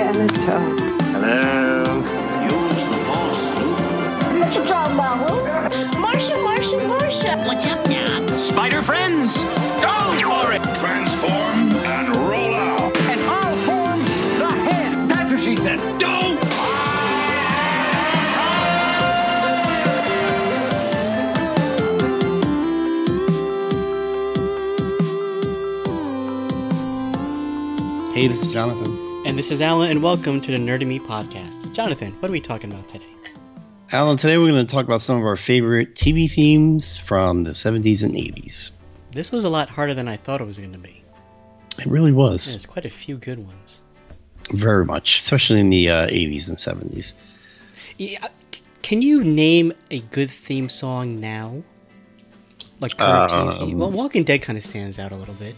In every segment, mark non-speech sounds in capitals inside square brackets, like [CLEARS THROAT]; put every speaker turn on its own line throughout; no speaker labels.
hotel.
Hello.
Use the false loop.
Mr. John Marvel. Marsha, Marsha, Marsha. What's up now?
Spider friends, go for it!
Transform and roll out.
And I'll form the head. That's what she said.
Dope!
Hey, this is Jonathan.
And this is Alan, and welcome to the Nerd and Me podcast. Jonathan, what are we talking about today?
Alan, today we're going to talk about some of our favorite TV themes from the 70s and 80s.
This was a lot harder than I thought it was going to be.
It really was
There's quite a few good ones.
very much, especially in the uh, 80s and 70s.
Yeah, uh, c- can you name a good theme song now? Like current
Um,
TV? Well, Walking Dead kind of stands out a little bit.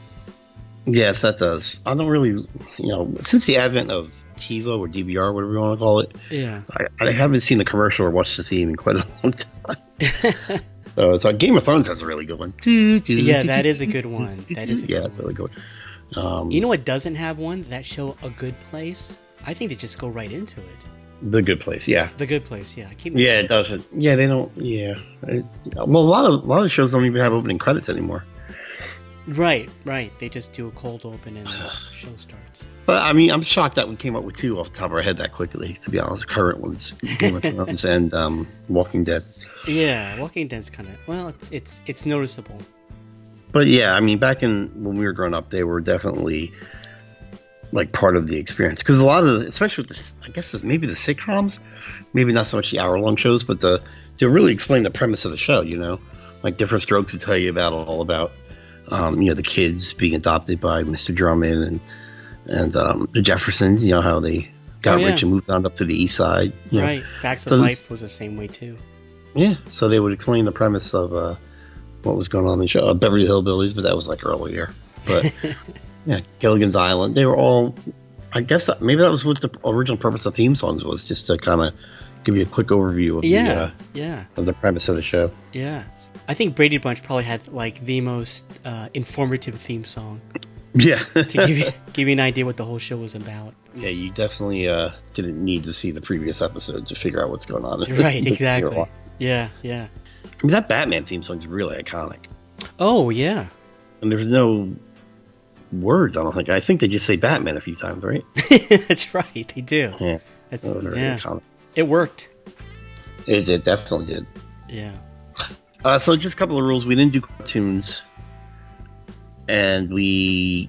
Yes, that does. I don't really, you know, since the advent of TiVo or DVR, whatever you want to call it,
Yeah.
I, I haven't seen the commercial or watched the theme in quite a long [LAUGHS] time. [LAUGHS] so it's like Game of Thrones has a really [LAUGHS] good one.
Yeah,
Yeah, [LAUGHS]
that is a good one. That is a
yeah,
good
that's
one.
really good. Um,
You know what doesn't have one? That show, A Good Place? I think they just go right into it.
the Good Place. Yeah,
The Good Place, yeah. I keep
Yeah, it doesn't. Yeah, they don't. Yeah, It- well, a lot of a lot of shows don't even have opening credits anymore.
Right, right. They just do a cold open and the [SIGHS] show starts.
But I mean, I'm shocked that we came up with two off the top of our head that quickly. To be honest, current ones, [LAUGHS] Game of Thrones and um, Walking Dead.
Yeah, Walking Dead's kind of well. It's it's it's noticeable.
But yeah, I mean, back in when we were growing up, they were definitely like part of the experience because a lot of, the, especially with the, I guess it's maybe the sitcoms, maybe not so much the hour long shows, but the to really explain the premise of the show, you know, like different strokes would tell you about all about, um, you know, the kids being adopted by Mr. Drummond and and um, the Jeffersons, you know, how they got
Oh, yeah.
rich and moved on up to the east side, you know.
Right. Facts of
So
Life was the same way too.
Yeah, so they would explain the premise of uh, what was going on in the show, uh, Beverly Hillbillies, but that was like earlier.
[LAUGHS]
But yeah, Gilligan's Island. They were all, I guess that, maybe that was what the original purpose of theme songs was, just to kind of give you a quick overview of the
Yeah,
uh,
yeah,
of the premise of the
[LAUGHS]
show.
yeah. I think Brady Bunch probably had like the most uh, informative theme song
Yeah, [LAUGHS]
to give you give you an idea what the whole show was about.
yeah. You definitely uh, didn't need to see the previous episode to figure out what's going on.
Right.
[LAUGHS] Just hear
Exactly.
it.
Yeah. Yeah.
I mean, that Batman theme song is really iconic,
Oh yeah. [LAUGHS]
and there's no words. I don't think. I think they just say Batman a few times,
[LAUGHS]
right?
That's right. They do.
Yeah. Oh,
That's,
That was very
yeah.
iconic.
It worked.
It, it definitely did.
Yeah.
Uh, so just a couple of rules. We didn't do cartoons, and we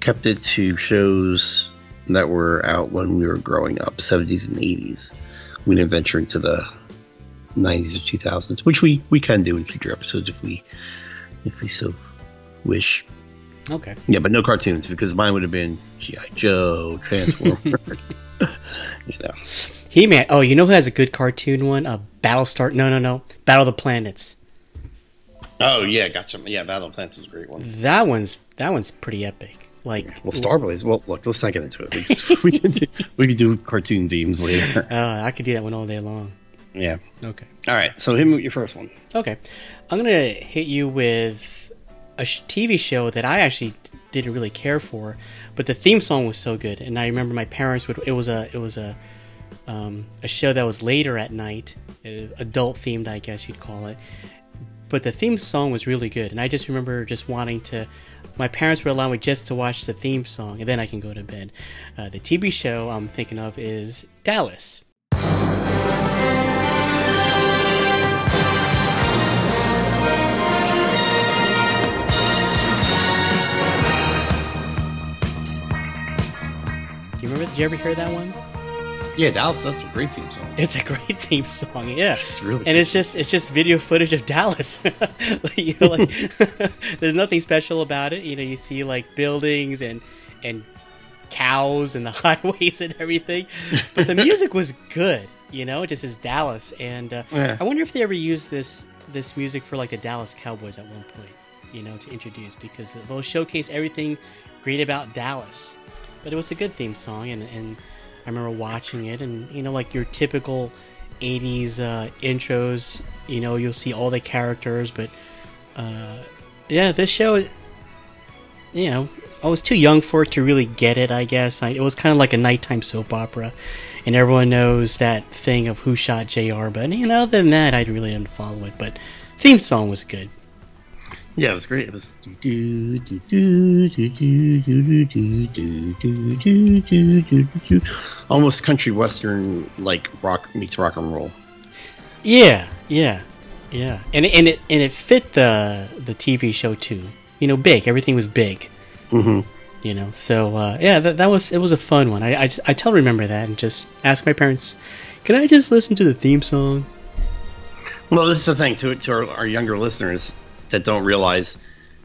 kept it to shows that were out when we were growing up, seventies and eighties. We didn't venture into the nineties or two thousands, which we we can do in future episodes if we if we so wish.
Okay.
Yeah, but no cartoons because mine would have been GI Joe, Transformers. [LAUGHS] you know,
He Man. Oh, you know who has a good cartoon one? A uh, Battlestar. No, no, no. Battle of the Planets.
oh yeah, gotcha. Yeah, Battle of the Planets was a great one.
That one's that one's pretty epic. Like
Well, Starblaze. Well, look, let's not get into it. because we can do, [LAUGHS] we can do cartoon themes later.
Uh, I could do that one all day long.
Yeah.
Okay.
All right. So him with your first one.
Okay. I'm going to hit you with a sh- TV show that I actually d- didn't really care for, but the theme song was so good and I remember my parents would it was a it was a um, a show that was later at night, uh, adult themed I guess you'd call it. But the theme song was really good and I just remember just wanting to my parents were allowing me just to watch the theme song and then I can go to bed. Uh, the TV show I'm thinking of is Dallas. Do you remember? Did you ever hear that one?
Yeah, Dallas. That's a great theme song.
It's a great theme song, yeah.
It's really
and it's just it's just video footage of Dallas. [LAUGHS] Like, [LAUGHS] you know, like, there's nothing special about it. You know, you see like buildings and and cows and the [LAUGHS] highways and everything, but the music was good. You know, it just is Dallas, and uh,
Yeah.
I wonder if they ever used this this music for like the Dallas Cowboys at one point. You know, to introduce because they'll showcase everything great about Dallas. But it was a good theme song, and, and I remember watching it, and you know, like your typical '80s uh, intros. You know, you'll see all the characters, but uh, yeah, this show, you know, I was too young for it to really get it. I guess I, it was kind of like a nighttime soap opera, and everyone knows that thing of who shot Jr. But you know, other than that, I really didn't follow it. But theme song was good.
Yeah, it was great. It was. Almost country western, like rock meets rock and roll.
Yeah, yeah, yeah, and it- and it and it fit the the TV show too. You know, big. Everything was big.
Mm-hmm.
You know, so uh, yeah, that, that was it was a fun one. I I, just, I tell remember that and just ask my parents, can I just listen to the theme song?
Well, this is the thing to to our, our younger listeners that don't realize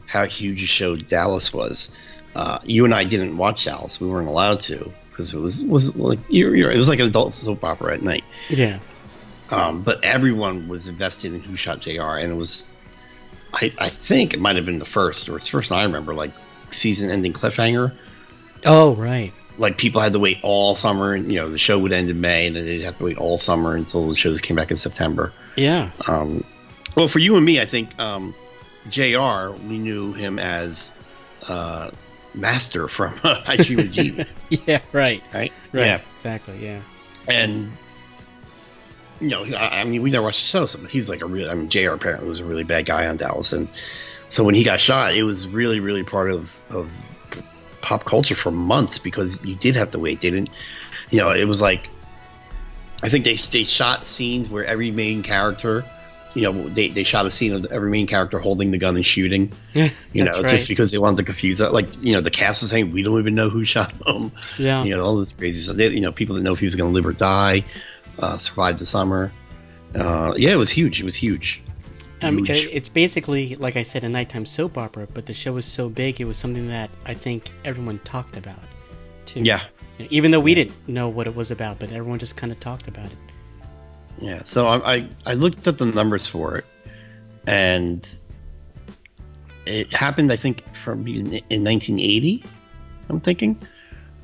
how huge a show Dallas was. Uh, you and I didn't watch Dallas; we weren't allowed to because it was was like you're, you're, it was like an adult soap opera at night.
Yeah,
Um, but everyone was invested in Who Shot Jr. and it was, I, I think it might have been the first or it's the first I remember like season-ending cliffhanger.
Oh right.
Like people had to wait all summer, and you know the show would end in May, and then they'd have to wait all summer until the shows came back in September.
Yeah. [LAUGHS]
Um, well, for you and me, I think um, Jr. We knew him as uh, Master from uh, [LAUGHS] Ichiro Jima,
Yeah. Right.
right?
Right.
Yeah,
Exactly. Yeah.
and you know, I, I mean, we never watched the show, so he was like a real. I mean, Jr. apparently was a really bad guy on Dallas, and so when he got shot, it was really, really part of of pop culture for months because you did have to wait. They didn't, you know, it was like I think they they shot scenes where every main character, you know, they they shot a scene of every main character holding the gun and shooting.
Yeah.
[LAUGHS] You
that's
know,
right.
just because they wanted to confuse that. Like, you know, the cast was saying, we don't even know who shot him
yeah.
you know all this crazy stuff. They, you know, people didn't know if he was going to live or die, uh, survive the summer. Uh, yeah, it was huge. It was huge.
I mean,
Huge.
it- it's basically like I said, a nighttime soap opera, but the show was so big, it was something that I think everyone talked about. Too.
Yeah.
You know, even though we didn't know what it was about, but everyone just kind of talked about it.
Yeah. So I, I I looked up the numbers for it, and it happened. I think from in, in 1980. I'm thinking.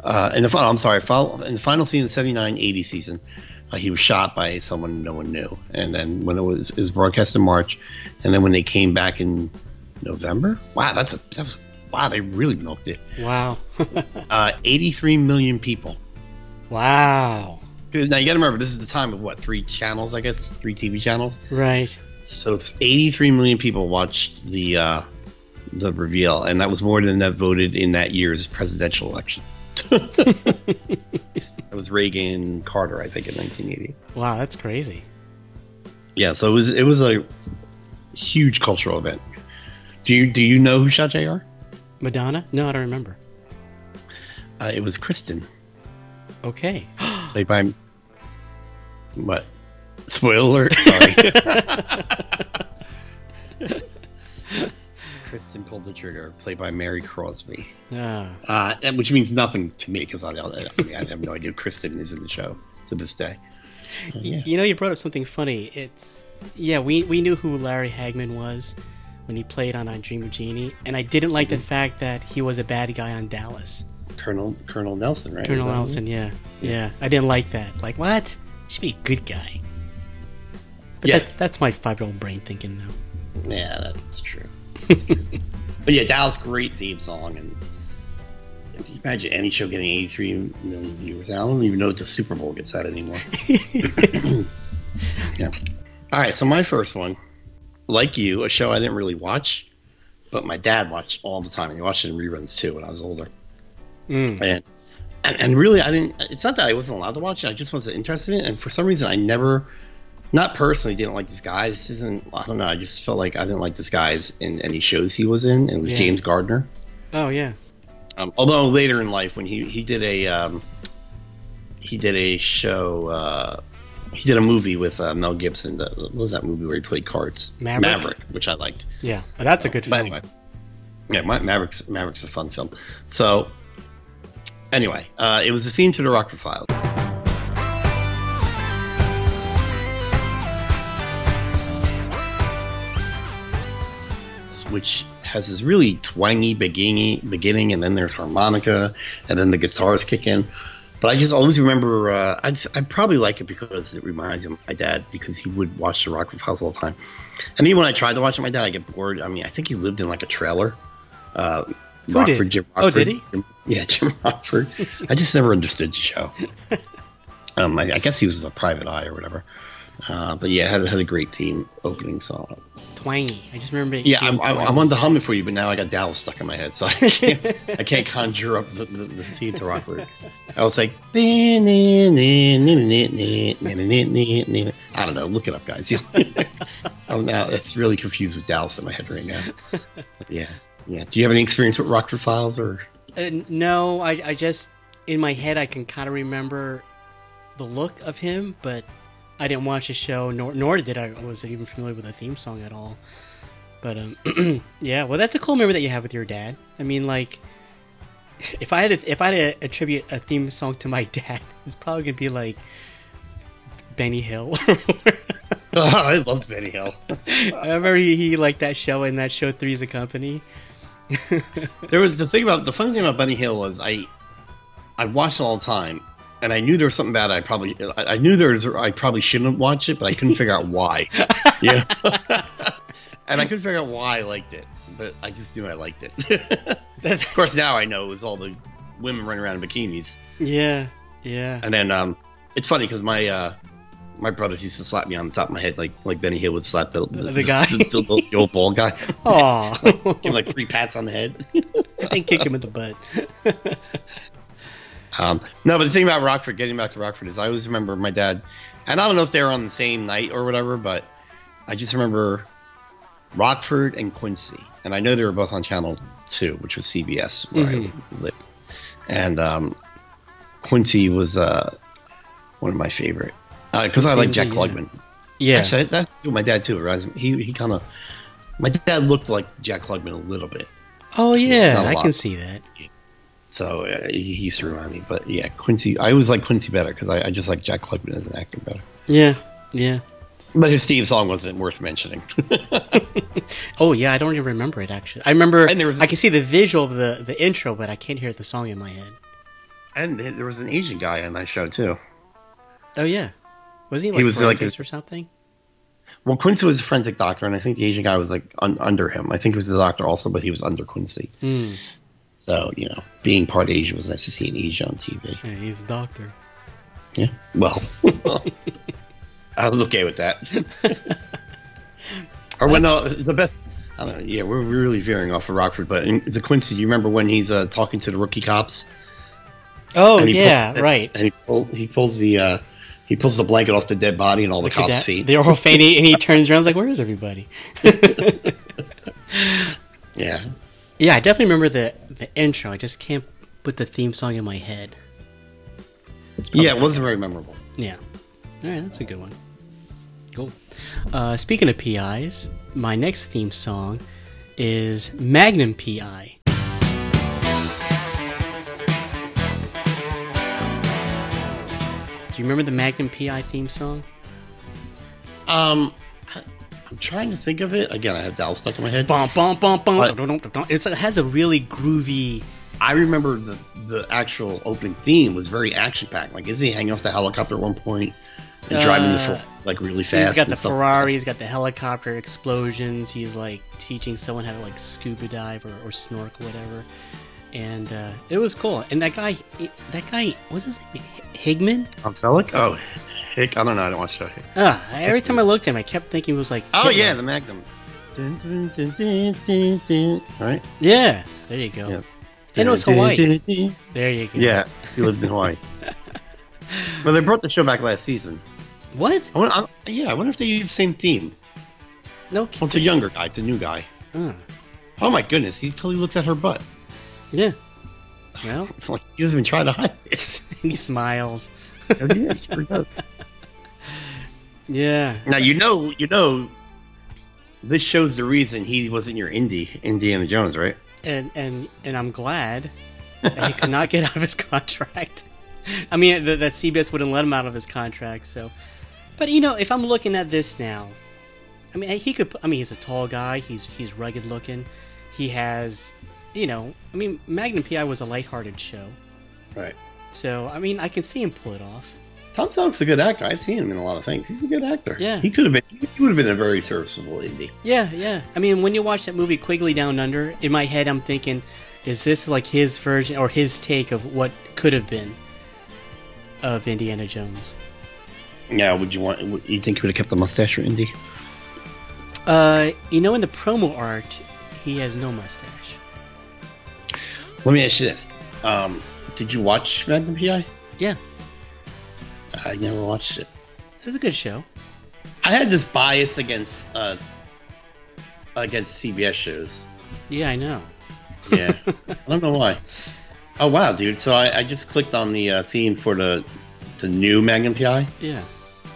Uh, in the final, I'm sorry, follow, in the final season, 79-80 season, uh, he was shot by someone no one knew. And then when it was, it was broadcast in March, and then when they came back in November, wow, that's a that was wow, they really milked it.
Wow. [LAUGHS]
Uh, 83 million people.
wow.
'Cause Now you got to remember, this is the time of what three channels? I guess three TV channels.
Right.
So 83 million people watched the uh, the reveal, and that was more than that voted in that year's presidential election. that was Reagan Carter, I think, in 1980.
Wow, that's crazy.
Yeah, so it was it was a huge cultural event. Do you do you know who shot Jr?
Madonna? No, I don't remember.
Uh, it was Kristen, [GASPS]
Okay.
played by what? Spoiler alert! Sorry. Kristen pulled the trigger, played by Mary Crosby.
Ah,
uh, and- which means nothing to me because I, don't- I, mean, I have no idea Kristen is in the show to this day. Uh, yeah.
You know, you brought up something funny. It's yeah, we we knew who Larry Hagman was when he played on I Dream of Jeannie, and I didn't like
Mm-hmm.
the fact that he was a bad guy on Dallas.
Colonel Colonel Nelson, right? Is
Colonel
that-
Allison, yeah, yeah. I didn't like that. Like, what? He should be a good guy. But
Yeah.
that's, that's my five year old brain thinking, though.
Yeah, that's true. [LAUGHS] but yeah, Dallas great theme song, and can you imagine any show getting 83 million viewers. I don't even know if the Super Bowl gets that anymore. [CLEARS THROAT] yeah. All right, so my first one, like you, a show I didn't really watch, but my dad watched all the time, and he watched it in reruns too when I was older.
Mm.
and, and and really i didn't it's not that i wasn't allowed to watch it i just wasn't interested in it and for some reason i never not personally didn't like this guy this isn't i don't know i just felt like i didn't like this guy's in any shows he was in it was
Yeah.
james gardner
Oh yeah,
um, although later in life when he he did a um, he did a show uh, he did a movie with uh, mel gibson the, what was that movie where he played cards
Maverick?
which i liked
yeah. Oh, that's a good
but
film.
anyway, yeah, Ma- Maverick's Maverick's a fun film. So, anyway, uh, it was the theme to the Rocker Files. Which has this really twangy beginning, beginning, and then there's harmonica, and then the guitars kick in. But I just always remember uh, I'd, I'd probably like it because it reminds me of my dad because he would watch the Rocker Files all the time. And even when I tried to watch it, with my dad, I get bored. I mean, I think he lived in like a trailer, uh,
Who did?
Rockford, Jim
Oh,
Rockford.
did he?
Jim- yeah, Jim Rockford. I just never understood the
[LAUGHS]
show. Um, I, I guess he was a private eye or whatever. Uh, but yeah, had, had a great theme opening song.
Twangy. I just remember. it
Yeah,
being
I'm, I'm,
twangy.
I'm on the humming for you, but now I got Dallas stuck in my head, so I can't, I can't conjure up the, the, the theme to Rockford. I was like, I don't know, look it up, guys. [LAUGHS] I'm now it's really confused with Dallas in my head right [LAUGHS] now. But yeah, yeah. Do you have any experience with Rockford Files or?
Uh, n- no, I, I just in my head I can kind of remember the look of him, but I didn't watch the show, nor nor did I was even familiar with the theme song at all. But um, [CLEARS THROAT] yeah, well, that's a cool memory that you have with your dad. I mean, like, [LAUGHS] if I had to, if I had to attribute a theme song to my [LAUGHS] dad, it's probably gonna be like Benny Hill. [LAUGHS]
Oh, [LAUGHS] I loved Benny Hill.
I remember he, he liked that show, and that show Three's a Company. [LAUGHS]
There was the thing about the funny thing about Benny Hill was I, I watched it all the time, and I knew there was something bad. I probably I I knew there was I probably shouldn't watch it, but I couldn't figure out why. Yeah, [LAUGHS] and I couldn't figure out why I liked it, but I just knew I liked it. [LAUGHS] of course, now I know it was all the women running around in bikinis,
Yeah,
[LAUGHS]
yeah.
and then um, it's funny because my. Uh, my brothers used to slap me on the top of my head like like Benny Hill would slap the the,
The guy.
the, the- the old bald guy,
Aw. [LAUGHS]
give him like three pats on the head.
and kick him in the butt.
Um, no, but the thing about Rockford, getting back to Rockford, is I always remember my dad, and I don't know if they were on the same night or whatever, but I just remember Rockford and Quincy, and I know they were both on Channel Two, which was CBS where
Mm-hmm.
I lived, and um, Quincy was uh, one of my favorite because I
Quincy
like
and
Jack
me, yeah.
Klugman.
Yeah.
Actually, that's still my dad too. it reminds me- He he kind of my dad looked like Jack Klugman a little bit.
oh yeah,
Not a
I
lot.
can see that.
So uh, he he used to remind me, but yeah, Quincy. I always like Quincy better because I, I just like Jack Klugman as an actor better.
Yeah, yeah.
But his Steve song wasn't worth mentioning. [LAUGHS]
Oh yeah, I don't even remember it actually. I remember
And there was-
I can see the visual of the the intro, but I can't hear the song in my head.
and there was an Asian guy on that show too.
Oh yeah, was he like
He was, like,
forensics
a-
or something?
Well, Quincy was a forensic doctor, and I think the Asian guy was like un- under him. I think he was a doctor also, but he was under Quincy.
Hmm.
So you know, being part Asian was nice to see an Asian on TV.
Yeah, he's a doctor.
Yeah. Well, I was okay with that. or when the, the best. I don't know, yeah, we're really veering off of Rockford, but in the Quincy, you remember when he's uh, talking to the rookie cops?
Oh
And he
yeah,
pulled- [LAUGHS]
right.
And he, pull, he pulls the uh, he pulls the blanket off the dead body and all the,
Look at
cops'
that.
feet.
They're all fainting, and he turns around, he's like, "Where is everybody?"
Yeah,
Yeah, I definitely remember the the intro. I just can't put the theme song in my head.
yeah, it wasn't very memorable.
Yeah. All right, that's a good one. Cool. Uh, speaking of PIs, my next theme song is Magnum PI. Do you remember the Magnum PI theme song?
Um, I- I'm trying to think of it again. I had Dallas stuck in my head.
Bum, bum, bum, bum,
What?
dum, dum, dum, dum. It's, it has a really groovy.
I remember the the actual opening theme was very action packed. Like, is he hanging off the helicopter at one point and driving the
Uh,
Fer- like really fast?
He's got
and
the
stuff?
Ferrari, he's got the helicopter explosions, he's like teaching someone how to like scuba dive or, or snorkel, whatever. And uh, it was cool. And that guy, that guy, what's his name? H- Higman?
Tom Selleck. Oh, Hick. I don't know. I don't watch that. Hick.
Ah, every time I looked at him, I kept thinking he was like.
Oh
Hitler.
yeah, the Magnum. Dun, dun, dun, dun, dun, dun. Right.
Yeah, there you go.
Yeah.
And it was
Dun, dun, [LAUGHS]
Hawaii.
dun, dun.
There you go.
Yeah, he lived in
[LAUGHS]
Hawaii. Well, they brought the show back last season.
What?
I wonder, I, yeah, I wonder if they used the same theme.
No
Well,
kidding.
it's a younger guy. It's a new guy.
Uh,
Oh my goodness, he totally looks at her butt. [LAUGHS]
yeah. Well, [LAUGHS]
Like he doesn't even try to hide it.
he smiles.
Oh, yeah, he sure does.
Yeah.
Now you know, you know, this shows the reason he wasn't your indie Indiana Jones, right?
and and and I'm glad that he could not get [LAUGHS] out of his contract. I mean, th- that CBS wouldn't let him out of his contract. So, but you know, if I'm looking at this now, I mean, he could. I mean, he's a tall guy. He's he's rugged looking. He has, you know, I mean, Magnum PI was a lighthearted show.
Right.
So, I mean, I can see him pull it off.
Tom Selleck's a good actor. I've seen him in a lot of things. He's a good actor.
Yeah.
He could have been. He would have been a very serviceable indie.
Yeah, yeah. I mean, when you watch that movie Quigley Down Under, in my head, I'm thinking, is this like his version or his take of what could have been of Indiana Jones?
Yeah, would you want? would- You think he would have kept the mustache or Indy?
Uh, you know, in the promo art, he has no mustache.
Let me ask you this: um, Did you watch Magnum PI?
Yeah,
I never watched it.
it was a good show.
I had this bias against uh, against CBS shows.
Yeah, I know.
Yeah, I don't know why. Oh wow, dude! So I, I just clicked on the uh, theme for the the new Magnum PI.
Yeah.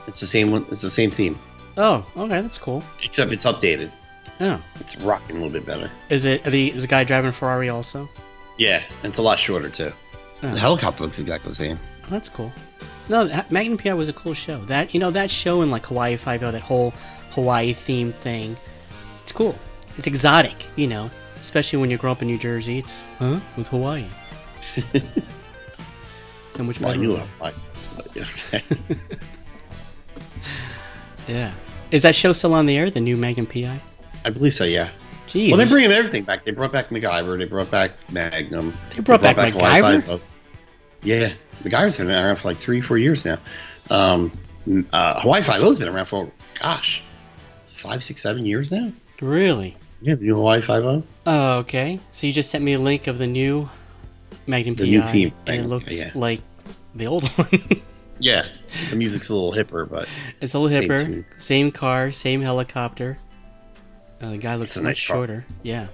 It's the same one. It's the same theme,
Oh, okay, that's cool.
except it's updated.
Oh,
It's rocking a little bit better.
is it are the is the guy driving a Ferrari also?
Yeah, and it's a lot shorter too.
Oh.
The helicopter looks exactly the same.
Oh, that's cool. No, that- Magnum PI was a cool show. That you know that show in like Hawaii Five O, that whole Hawaii theme thing. It's cool. It's exotic, you know, especially when you grow up in New Jersey. It's huh? It's
[LAUGHS]
Hawaii. so much
Well, I
better.
knew it. I, but, yeah.
Yeah. Is that show still on the air? The new Magnum PI.
[LAUGHS] I believe so. Yeah.
Jeez.
Well, they're
there's-
bringing everything back. They brought back MacGyver. They brought back Magnum. They
brought back
Hawaii
MacGyver?
Five-O. Yeah, MacGyver's been around for like three, four years now. Um, m- uh, Hawaii Five O's been around for gosh, five, six, seven years now.
really.
Yeah, the new Hawaii Five O.
Oh, okay. So you just sent me a link of the new Magnum
The
PI,
new theme for
and it
Magnum,
looks
yeah.
like the old [LAUGHS] one.
Yeah, the music's a little hipper, but
It's a little
Same
hipper.
tune.
Same car, same helicopter. Uh, the guy looks
a
much
nice car.
shorter. Yeah.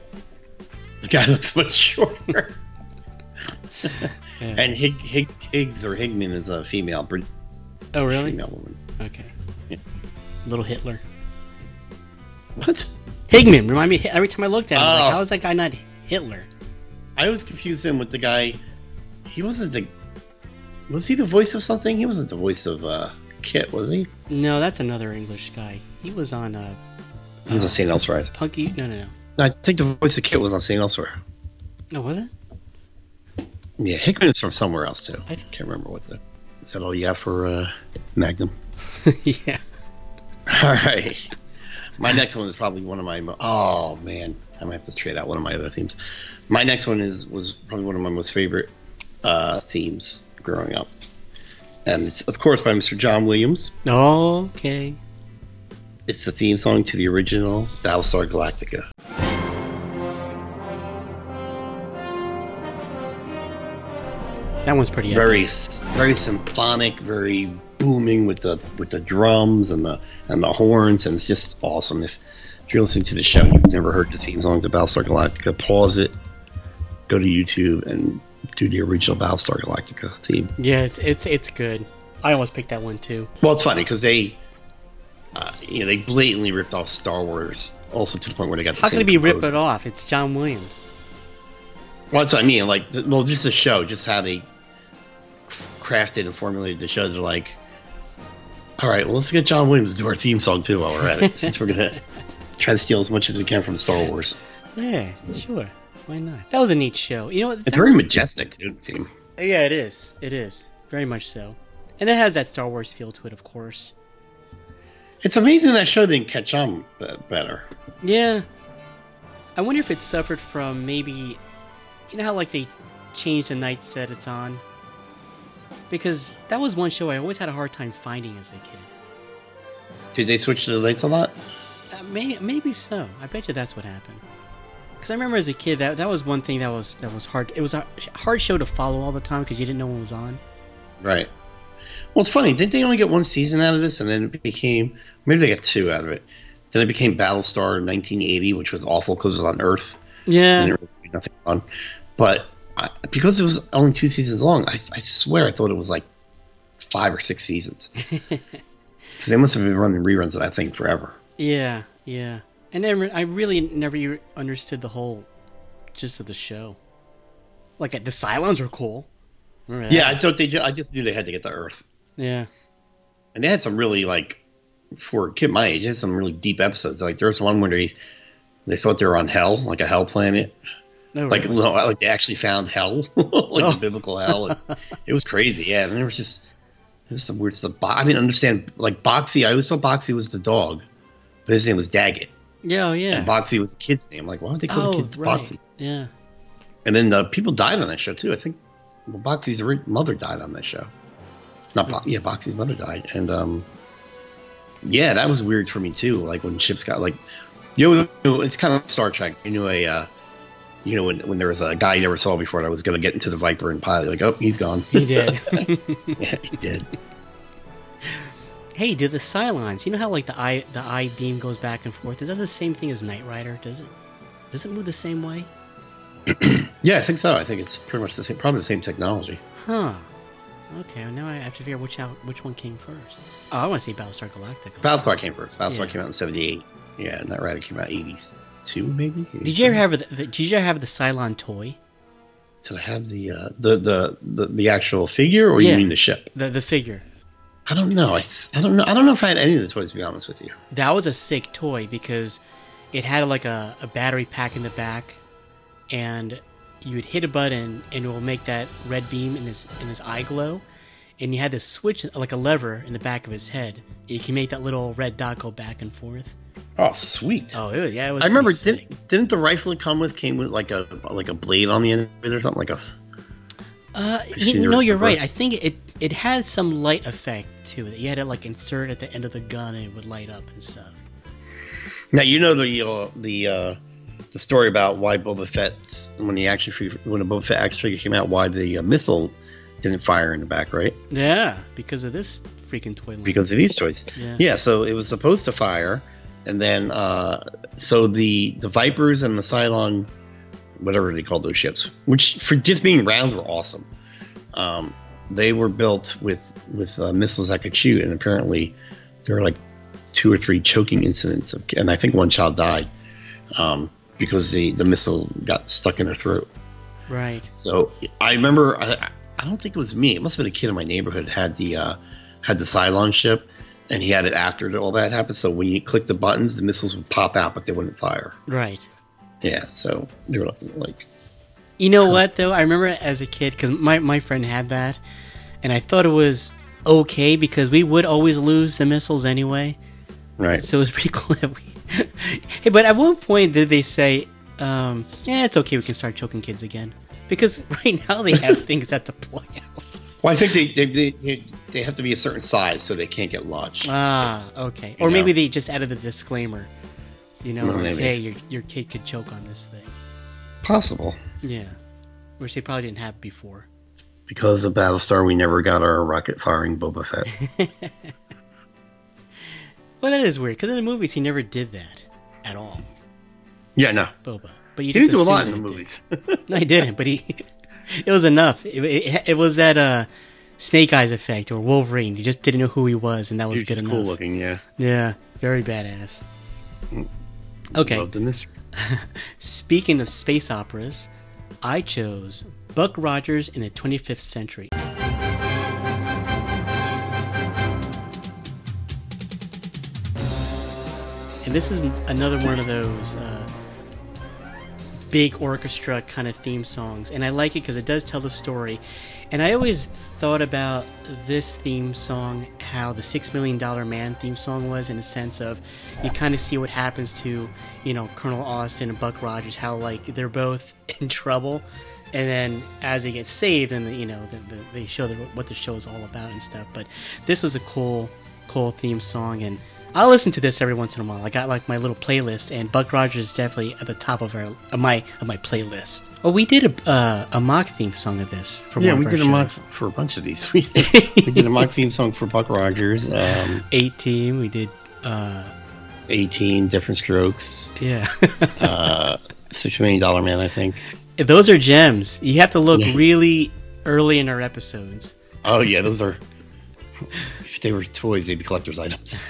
the guy [LAUGHS] looks much
[LAUGHS]
shorter. And Hig, Hig, Higgs or Higman is a female, British
Oh, really?
female woman.
Okay.
Yeah.
Little Hitler.
What?
Higman. Remind me, every time I looked at him, I was like,
Oh.
how is that guy not Hitler?
I always confuse him with the guy. He wasn't the. Was he the voice of something? He wasn't the voice of uh, Kit, was he?
No, that's another English guy. He was on uh,
He was on St. Elsewhere.
Punky. No, no, no.
No, I think the voice of Kit was on St. Elsewhere.
No,
[LAUGHS]
was it?
Yeah, Hickman is from somewhere else too.
I
I
thought-
can't remember what the. Is that all you have for uh, Magnum?
yeah.
[LAUGHS] All right. My next one is probably one of my. Mo- oh man, I might have to trade out one of my other themes. My next one is was probably one of my most favorite uh, themes growing up, and it's of course by Mr. John Williams.
Okay.
It's the theme song to the original Battlestar Galactica.
That one's pretty epic.
Very, s- very symphonic, very booming with the with the drums and the and the horns, and it's just awesome. If, if you're listening to the show, and you've never heard the theme song to Battlestar Galactica. Pause it, go to YouTube, and do the original Battlestar Galactica theme.
Yeah, it's, it's, it's good. I almost picked that one too.
Well, it's funny because they, uh, you know, they blatantly ripped off Star Wars, also to the point where they got the
How can
same
it be ripped
composer.
off? It's John Williams.
Well, that's what I mean. Like, the, well, just the show, just how they f- crafted and formulated the show. They're like, all right, well, let's get John Williams to do our theme song too while we're at it, since we're gonna try to steal as much as we can from Star Wars.
Yeah, sure. Why not? That was a neat show. You know what?
It's very majestic, too. The theme.
Yeah, it is. It is very much so, and it has that Star Wars feel to it, of course.
It's amazing that show didn't catch on b- better.
Yeah. I wonder if it suffered from maybe, you know how like they changed the nights that it's on, because that was one show I always had a hard time finding as a kid.
Did they switch to the lights a lot?
Uh, may, maybe so. I bet you that's what happened. Because I remember as a kid that that was one thing that was that was hard. It was a hard show to follow all the time because you didn't know when it was on.
Right. Well, it's funny. Didn't they only get one season out of this, and then it became maybe they got two out of it. Then it became Battlestar 1980, which was awful because it was on Earth.
Yeah.
and there was nothing on. But I, because it was only two seasons long, I, I swear I thought it was like five or six seasons. Because they must have been running reruns of that thing forever.
Yeah, yeah. And never, I really never e- understood the whole gist of the show. Like uh, the Cylons were cool. Remember that?
Yeah, I thought they. Ju- I just knew they had to get to Earth,
yeah,
and they had some really like for a kid my age, they had some really deep episodes. Like there was one where they they thought they were on hell, like a hell planet.
No,
[LAUGHS] Like
really.
no, like they actually found hell, [LAUGHS] like
Oh.
the biblical hell. And it was crazy. Yeah, and there was just there was some weird stuff. Bo- I didn't understand. Like Boxy, I always thought Boxy was the dog, but his name was Daggett,
yeah, oh, yeah.
and Boxy was the kid's name. Like, why would they call
oh,
the kid
right.
Boxy?
Yeah,
And then uh, people died on that show too. I think well, Boxy's ri- mother died on that show. Not Bo- yeah, Boxy's mother died, and um, yeah, that was weird for me too. Like when ships got like, you know, it's kind of like Star Trek. You know a, uh, you know when when there was a guy you never saw before that was going to get into the Viper and pilot. Like, oh, he's gone. [LAUGHS]
He did.
yeah, he did.
hey, do the Cylons? You know how like the eye the eye beam goes back and forth? Is that the same thing as Knight Rider? Does it does it move the same way?
Yeah, I think so. I think it's pretty much the same, probably the same technology.
Huh. Okay, well, now I have to figure out which out which one came first. Oh, I want to see Battlestar Galactica.
Battlestar came first. Battlestar
Yeah.
came out in '78. Yeah, and that right, it came out '82 maybe.
did you ever have the, the, did you ever have the Cylon toy?
Did I have the uh, the, the the the actual figure, or
Yeah.
you mean the ship?
The the figure.
I don't know. I, th- I don't know. I don't know if I had any of the toys. To be honest with you,
That was a sick toy because it had like a, a battery pack in the back, and you would hit a button and it will make that red beam in his in his eye glow, and you had this switch like a lever in the back of his head. You can make that little red dot go back and forth.
oh sweet.
Oh it was- yeah, it was.
I remember.
pretty sick.
Didn't, didn't the rifle it come with came with like a like a blade on the end of it or something like a?
Uh,
see
you,
there
no,
was
you're
the
right.
bird.
I think it it had some light effect to it. You had to like insert at the end of the gun and it would light up and stuff.
Now you know the uh, the uh, the story about why Boba Fett's when the action figure when the Boba Fett action figure came out, why the uh, missile didn't fire in the back, right?
Yeah, because of this freaking toy line.
because of these toys.
Yeah.
Yeah. so it was supposed to fire, and then uh, so the the Vipers and the Cylon, whatever they called those ships, which for just being round were awesome. Um, they were built with with uh, missiles that could shoot, and apparently there were like two or three choking incidents, of, and I think one child died um, because the the missile got stuck in her throat.
right.
So I remember, I, I don't think it was me. It must have been a kid in my neighborhood had the uh, had the Cylon ship, and he had it after all that happened. So when you click the buttons, the missiles would pop out, but they wouldn't fire.
Right.
Yeah, so they were like, like
You know what though? I remember as a kid because my my friend had that, and I thought it was okay because we would always lose the missiles anyway.
right.
So it was [LAUGHS] pretty cool that we. hey, but at one point did they say, um, "Yeah, it's okay. We can start choking kids again." Because [LAUGHS] right now they [LAUGHS] have things at the play out.
Well, I think they they, they- they they have to be a certain size so they can't get launched.
Ah, okay.
You
Or maybe
know.
they just added the disclaimer. You know,
Well,
like,
maybe.
hey, your your kid could choke on this thing.
Possible
Yeah, which they probably didn't have before.
because of Battlestar, we never got our rocket firing Boba [LAUGHS] Fett.
Well, that is weird because in the movies he never did that at all,
yeah, no,
Boba. But
he
you just
didn't do a lot in
assume
the
that he
movies.
did. No, he didn't. But he, [LAUGHS] it was enough. It, it, it was that uh, Snake Eyes effect or Wolverine. You just didn't know who he was, and that was
He's
good
just
enough.
cool looking, yeah.
Yeah, very badass. Okay,
Love the mystery.
Speaking of space operas, I chose Buck Rogers in the 25th Century. And this is another one of those uh, big orchestra kind of theme songs. And I like it because it does tell the story. And I always thought about this theme song, how the Six Million Dollar Man theme song was, in a sense of you kind of see what happens to, you know, Colonel Austin and Buck Rogers, how like they're both [LAUGHS] in trouble. And then as they get saved, and you know, the, the, they show the, what the show is all about and stuff. But this was a cool, cool theme song. And I listen to this every once in a while. I got like my little playlist, and Buck Rogers is definitely at the top of our of my of my playlist. Oh, we did a uh, a mock theme song of this. For
Yeah,
one
we
of our
did a mock
shows.
for a bunch of these. [LAUGHS] We, we did a mock theme song for Buck Rogers, um,
Eighteen. We did. Uh,
18 Different Strokes, [LAUGHS]
yeah, [LAUGHS]
Six Million Dollar Man, I think.
those are gems. You have to look
Yeah.
really early in our episodes.
Oh, yeah, those are. If they were toys, they'd be collector's items.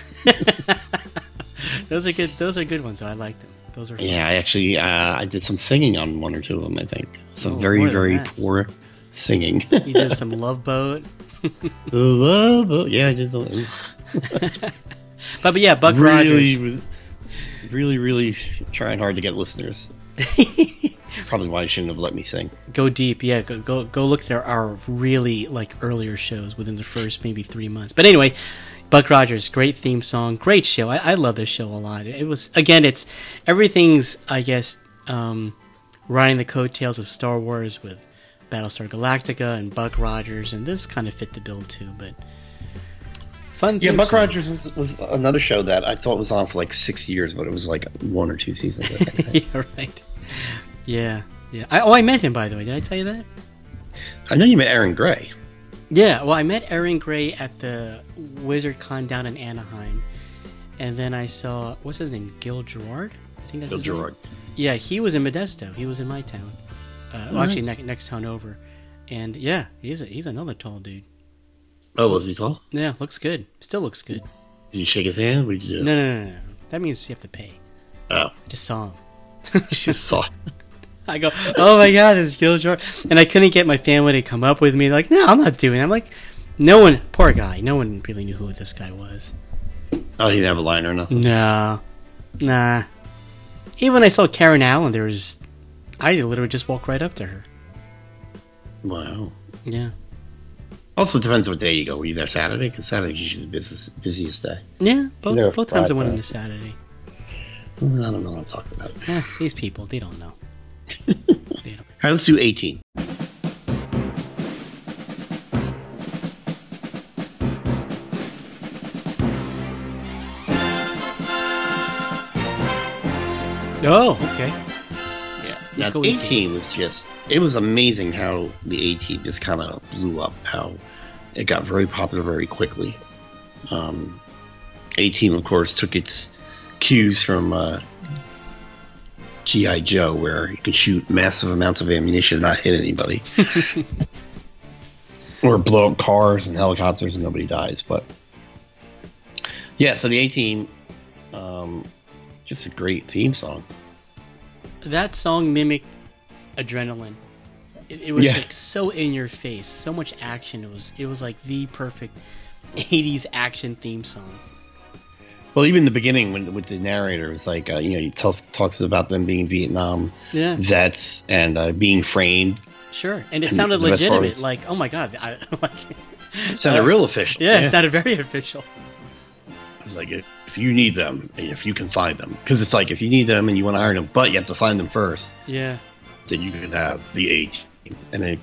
Those are good. Those are good ones. though. I like them. Those are fun.
Yeah, I actually uh, I did some singing on one or two of them, I think. Some
Oh,
very,
more than
very
that.
poor
[LAUGHS]
singing.
You did
[LAUGHS]
some Love Boat,
The love of- yeah, I did the.
but, but yeah, Buck
really,
Rogers.
was- really, really trying hard to get
[LAUGHS]
listeners. It's probably why you shouldn't have let me sing.
Go deep. Yeah, go go go look at our, our really like earlier shows within the first maybe three months. But anyway, Buck Rogers, great theme song, great show. I, I love this show a lot. It was again, it's everything's I guess um, riding the coattails of Star Wars with Battlestar Galactica and Buck Rogers, and this kind of fit the bill too. But fun.
Yeah,
theme
Buck
song.
Rogers was, was another show that I thought was on for like six years, but it was like one or two seasons. I think.
[LAUGHS] yeah, right. Yeah, yeah. I, oh, I met him by the way. Did I tell you that?
[LAUGHS] I know you met Aaron Gray.
Yeah, well, I met Aaron Gray at the Wizard Con down in Anaheim, and then I saw what's his name, Gil Gerard. I think that's
Bill
his name.
Gerard.
Yeah, he was in Modesto. He was in my town. Uh, well, actually,
Oh, nice.
ne- next town over. And yeah, he's a, he's another tall dude.
Oh, was he tall?
Yeah, looks good. Still looks good.
Did you shake his hand? What did you do?
No, no, no, no. no. That means you have to pay.
Oh,
I just saw him.
she saw.
I go, oh my god, it's Gil Gerard. And I couldn't get my family to come up with me. Like, no, I'm not doing. It. I'm like, no one. Poor guy. No one really knew who this guy was.
Oh, he didn't have a line or [LAUGHS] nothing.
No, nah. Even when I saw Karen Allen, there was, I literally just walked right up to her.
Wow.
Yeah.
Also depends what day you go. Were you there Saturday? Because Saturday's usually the busiest, busiest day.
Yeah,
They're
both, both times I went
fried,
on
huh?
a Saturday.
Mm, I don't know what I'm talking about. All
Eh, these people, they don't know.
right, let's do 18.
Oh, okay.
Yeah.
Let's
Now,
go
18.
18.
was just, it was amazing how the 18 just kind of blew up, how it got very popular very quickly. Um, 18, of course, took its cues from uh, G.I. Joe, where you could shoot massive amounts of ammunition and not hit anybody, or blow up cars and helicopters and nobody dies. But yeah, so the 18, um, just a great theme song.
That song mimicked adrenaline. It, it was
Yeah.
like so in your face, so much action. It was it was like the perfect '80s action theme song.
Well, even the beginning when with the narrator it's like, uh, you know, he tells, talks about them being Vietnam
Yeah,
vets and uh, being framed.
sure. And it
And
sounded
the best part
legitimate.
was-
Like, oh my god, I, [LAUGHS] like,
Sounded real official.
Uh, yeah, it sounded very official.
It was like if you need them, if you can find them, because it's like if you need them and you want to hire them, but you have to find them first,
Yeah,
then you can have the age. And then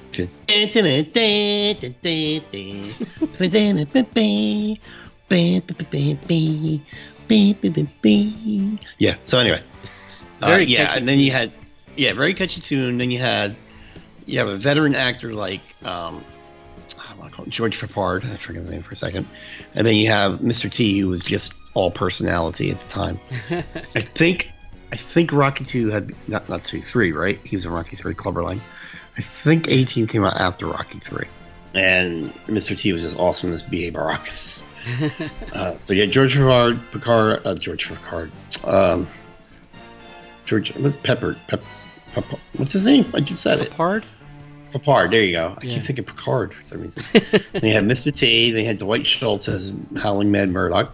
it- yeah. So anyway, Uh,
very
yeah,
catchy
and then you had yeah, very catchy tune. Then you had you have a veteran actor like um, I want to call him George Papard. I forget his name for a second, and then you have Mr. T, who was just all personality at the
[LAUGHS]
time. I think I think Rocky Two had not not two three right. He was in Rocky Three Clubberline. I think eighteen came out after Rocky Three, and Mr. T was just awesome as B.A. Baracus. [LAUGHS] uh, so yeah, George Picard, Picard, uh, George Picard, um, George what's Pepper, Pep, Pep, what's his name? I just said it.
Hard.
Picard. There you go. I
Yeah.
keep thinking Picard for some
[LAUGHS]
reason. they had Mr. T. They had Dwight Schultz as Howling Mad Murdoch,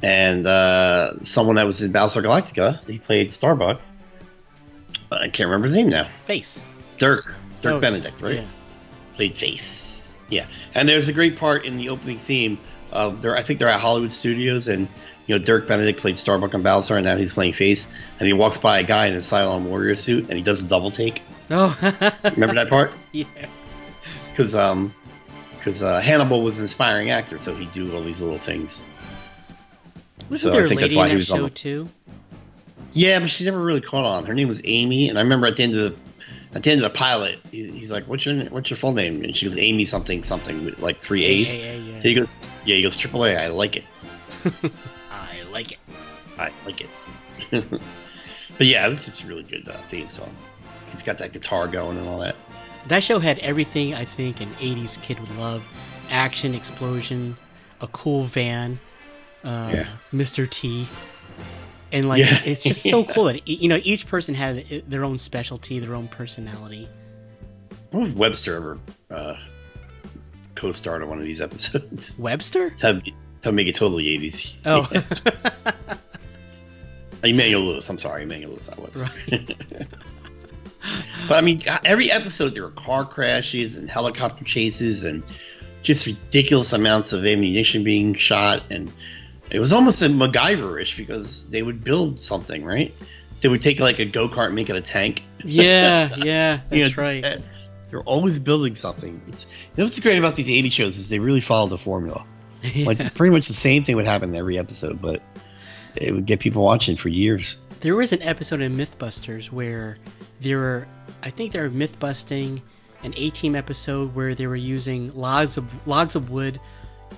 and uh, someone that was in Battlestar Galactica. He played Starbuck. I can't remember his name now.
Face.
Dirk. Dirk
Oh,
Benedict, right?
Yeah.
Played Face. Yeah. And there's a great part in the opening theme. Of they're, I think they're at Hollywood Studios, and you know Dirk Benedict played Starbuck on Battlestar, and now he's playing Face. And he walks by a guy in a Cylon Warrior suit, and he does a double take.
Oh,
Remember that part?
[LAUGHS] yeah.
because um, because uh, Hannibal was an inspiring actor, so he'd do all these little things.
Wasn't
So I
there a
think that's
lady
why
in
he
that
was on
show
the-
too?
Yeah, but she never really caught on. Her name was Amy, and I remember at the end of the at the end of the pilot, he- he's like, "What's your what's your full name?" And she goes, "Amy something something with like three A's."
AAA, yeah.
He goes, "Yeah." He goes, "Triple A, I like it.
I like it.
I like it." [LAUGHS] but yeah, this is a really good uh, theme song. He's got that guitar going and all that.
That show had everything I think an 80s kid would love action, explosion, a cool van, uh,
Yeah.
Mr. T. And like,
Yeah.
it's just
[LAUGHS]
so cool that, e- you know, each person had i- their own specialty, their own personality.
I wonder if Webster ever uh, co-starred on one of these episodes. [LAUGHS]
Webster?
That'd be, that'd make it totally eighties.
Oh, [LAUGHS]
Emmanuel Lewis. I'm sorry, Emmanuel Lewis. That was.
Right.
[LAUGHS] but I mean, every episode there were car crashes and helicopter chases and just ridiculous amounts of ammunition being shot, and it was almost a MacGyver-ish because they would build something, right? They would take like a go kart, make it a tank.
Yeah, yeah,
You know,
that's right.
it's- uh, They're always building something. It's you know what's great about these '80 shows is they really follow the
[LAUGHS]
formula. Like it's pretty much the same thing would happen in every episode, but it would get people watching for years.
There was an episode in MythBusters where there were, I think they were myth busting, an A Team episode where they were using logs of logs of wood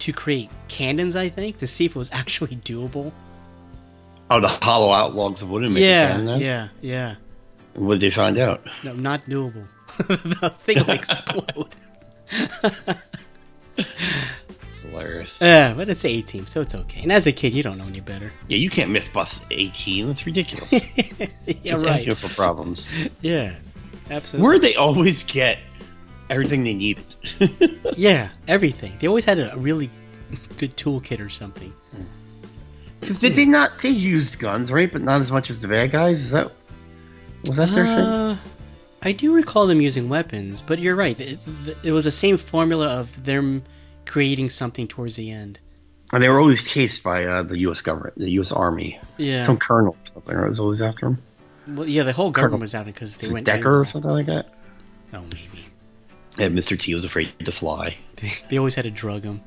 to create cannons. I think to see if it was actually doable.
Oh, to hollow out logs of wood and make a
Yeah,
cannon. then?
yeah, yeah.
What did they find out?
No, not doable. [LAUGHS] the thing
[LAUGHS]
will explode.
It's hilarious.
Yeah, but it's A Team, so it's okay. And as a kid, you don't know any better. [LAUGHS]
Yeah, you can't myth bust 18. That's ridiculous. It's
Yeah,
asking
right.
for problems.
Yeah, absolutely.
Where they always get everything they needed. [LAUGHS]
Yeah, everything. They always had a really good toolkit or something.
Because did they not? They used guns, right? But not as much as the bad guys. Is that was that their thing?
Uh, I do recall them using weapons, but you're right. It, it was the same formula of them creating something towards the end.
And they were always chased by uh, the U.S. government, the U.S. Army,
Yeah.
some colonel or something. Right? was always after him,
well, yeah, the whole
Colonel
government was out because they went.
Decker or something like that.
Oh, maybe.
And Mr. T was afraid to fly.
They, they always had to drug him.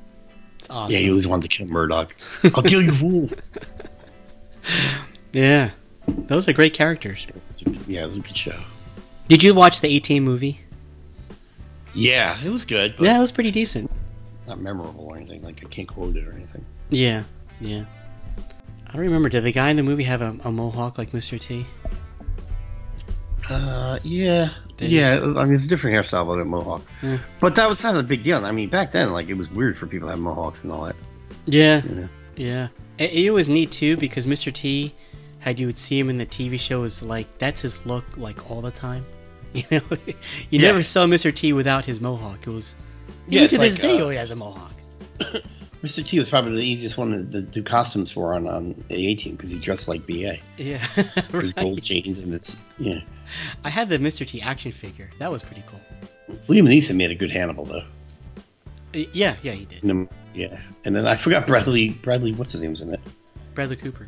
It's awesome.
Yeah, he always wanted to kill
[LAUGHS]
Murdoch. I'll kill you, fool.
yeah. Those are great characters.
Yeah, it was a good show.
Did you watch the 18 movie?
Yeah, it was good, but
Yeah, it was pretty decent.
not memorable or anything. Like I can't quote it or anything.
Yeah, yeah. I don't remember. Did the guy in the movie have a, a mohawk like Mr. T?
Uh, yeah,
Did he?
yeah. I mean, it's a different hairstyle than a mohawk,
Yeah.
but that was not a big deal. I mean, back then, like it was weird for people to have mohawks and all that.
Yeah,
Yeah.
yeah. It, it was neat too because Mr. T had you would see him in the TV show is like that's his look like all the time. [LAUGHS] You know, you
Yeah.
never saw Mr. T without his mohawk. It was
Yeah,
even
it's
to this
like,
day
uh,
he has a mohawk.
Mr. T was probably the easiest one to, to do costumes for on, on the A team because he dressed like BA.
Yeah, [LAUGHS]
His gold
right.
chains and his yeah.
I had the Mr. T action figure. That was pretty cool.
Liam Neeson made a good Hannibal though.
Uh, Yeah, yeah, he did.
In the- yeah, and then I forgot Bradley. Bradley, what's his name was in it? Mm.
Bradley Cooper.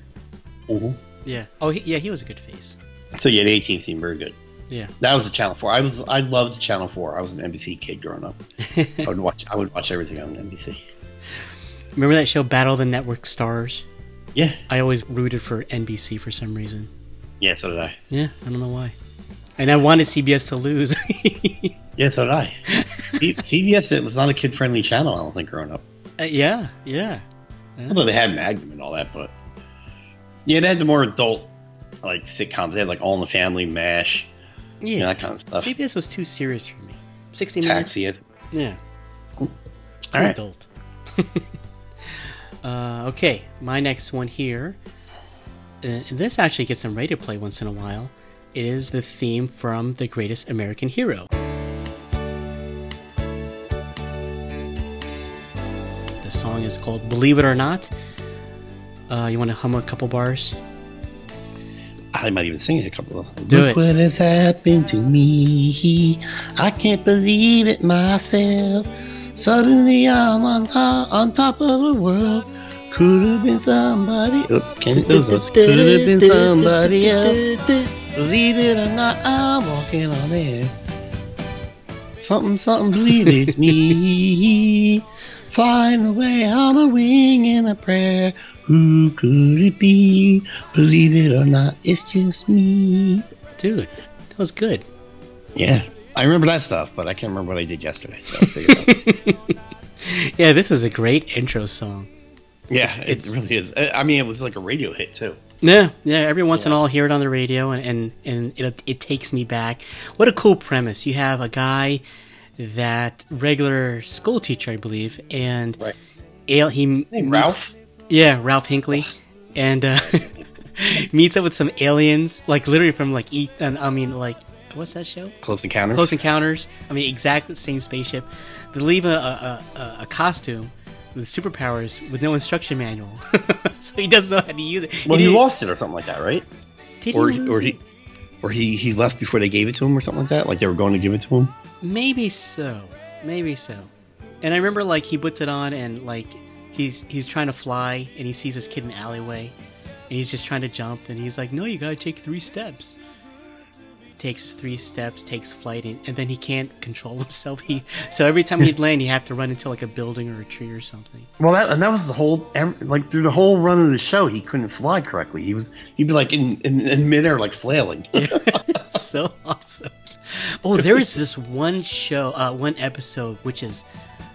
Mhm.
Yeah. Oh, he, yeah, he was a good face.
So yeah, the A team theme very good.
Yeah.
That was a Channel Four. I was I loved Channel Four. I was an NBC kid growing
[LAUGHS]
up. I would watch I would watch everything on NBC.
Remember that show Battle of the Network Stars?
Yeah,
I always rooted for NBC for some reason.
yeah. So did I.
Yeah, I don't know why. And I wanted CBS to lose. [LAUGHS]
Yeah, so did I. C- CBS it was not a kid friendly channel. I don't think growing up.
Uh, yeah, yeah.
Although they had Magnum and all that, but yeah, they had the more adult like sitcoms. They had like All in the Family, Mash,
Yeah.
you know, that kind of stuff.
CBS was too serious for me. 60 Minutes?
Taxi. It.
Yeah. It's too
All right.
adult. [LAUGHS] uh, okay, my next one here. uh, And this actually gets some radio play once in a while. It is the theme from The Greatest American Hero. The song is called Believe It or Not. Uh, you want to hum a couple bars?
I might even sing it a couple of.
Do
Look
it.
what has happened to me. I can't believe it myself. Suddenly I'm on top, on top of the world. Could have been somebody. Oh, can it, those notes. Could have been somebody else. Believe it or not, I'm walking on air. Something, something, believe it's me. Flying away on a wing in a prayer. Who could it be? Believe it or not, it's just me.
Dude, that was good.
Yeah. I remember that stuff, but I can't remember what I did yesterday. So I figured out. [LAUGHS]
Yeah, this is a great intro song.
yeah, it
It's-
really is. I I mean, it was like a radio hit too.
Yeah, yeah. Every once in a while, I'll hear it on the radio, and and and it it takes me back. What a cool premise! You have a guy that regular school teacher, I believe, and
Right.
al- he
Hey, Ralph.
yeah, Ralph Hinckley, and uh, [LAUGHS] meets up with some aliens, like literally from like e- and I mean like what's that show?
Close Encounters.
Close Encounters. I mean, exactly the same spaceship. They leave a, a, a, a costume with superpowers with no instruction manual, [LAUGHS] so he doesn't know how to use it.
well, he
didn't-
lost it or something like that, right?
did
Or
he lose
or
it?
he or he he left before they gave it to him or something like that. Like they were going to give it to him.
Maybe so. Maybe so. And I remember like he puts it on and like he's he's trying to fly and he sees this kid in the alleyway and and he's just trying to jump, and he's like, "No, you gotta take three steps." Takes three steps, takes flight, and, and then he can't control [LAUGHS] himself. He so every time he'd land, he have to run into like a building or a tree or something.
Well, that and that was the whole ev- like through the whole run of the show, he couldn't fly correctly. He was he'd be like in in, in midair, like flailing.
[LAUGHS] so awesome. Oh, there is this one show, uh, one episode which is